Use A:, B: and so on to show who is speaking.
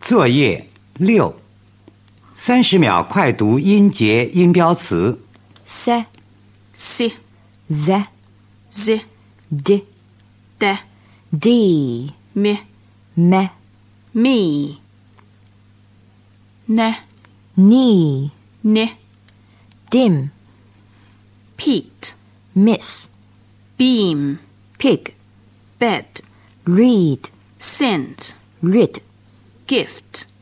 A: 作业六，三十秒快读音节音标词。
B: se,
C: Si,
B: ze,
C: zi,
B: d,
C: de,
B: d,
C: mi,
B: me,
C: mi. Ne,
B: knee,
C: ni,
B: dim,
C: peat,
B: miss,
C: beam,
B: pig,
C: bed,
B: read,
C: sent,
B: rid,
C: gift,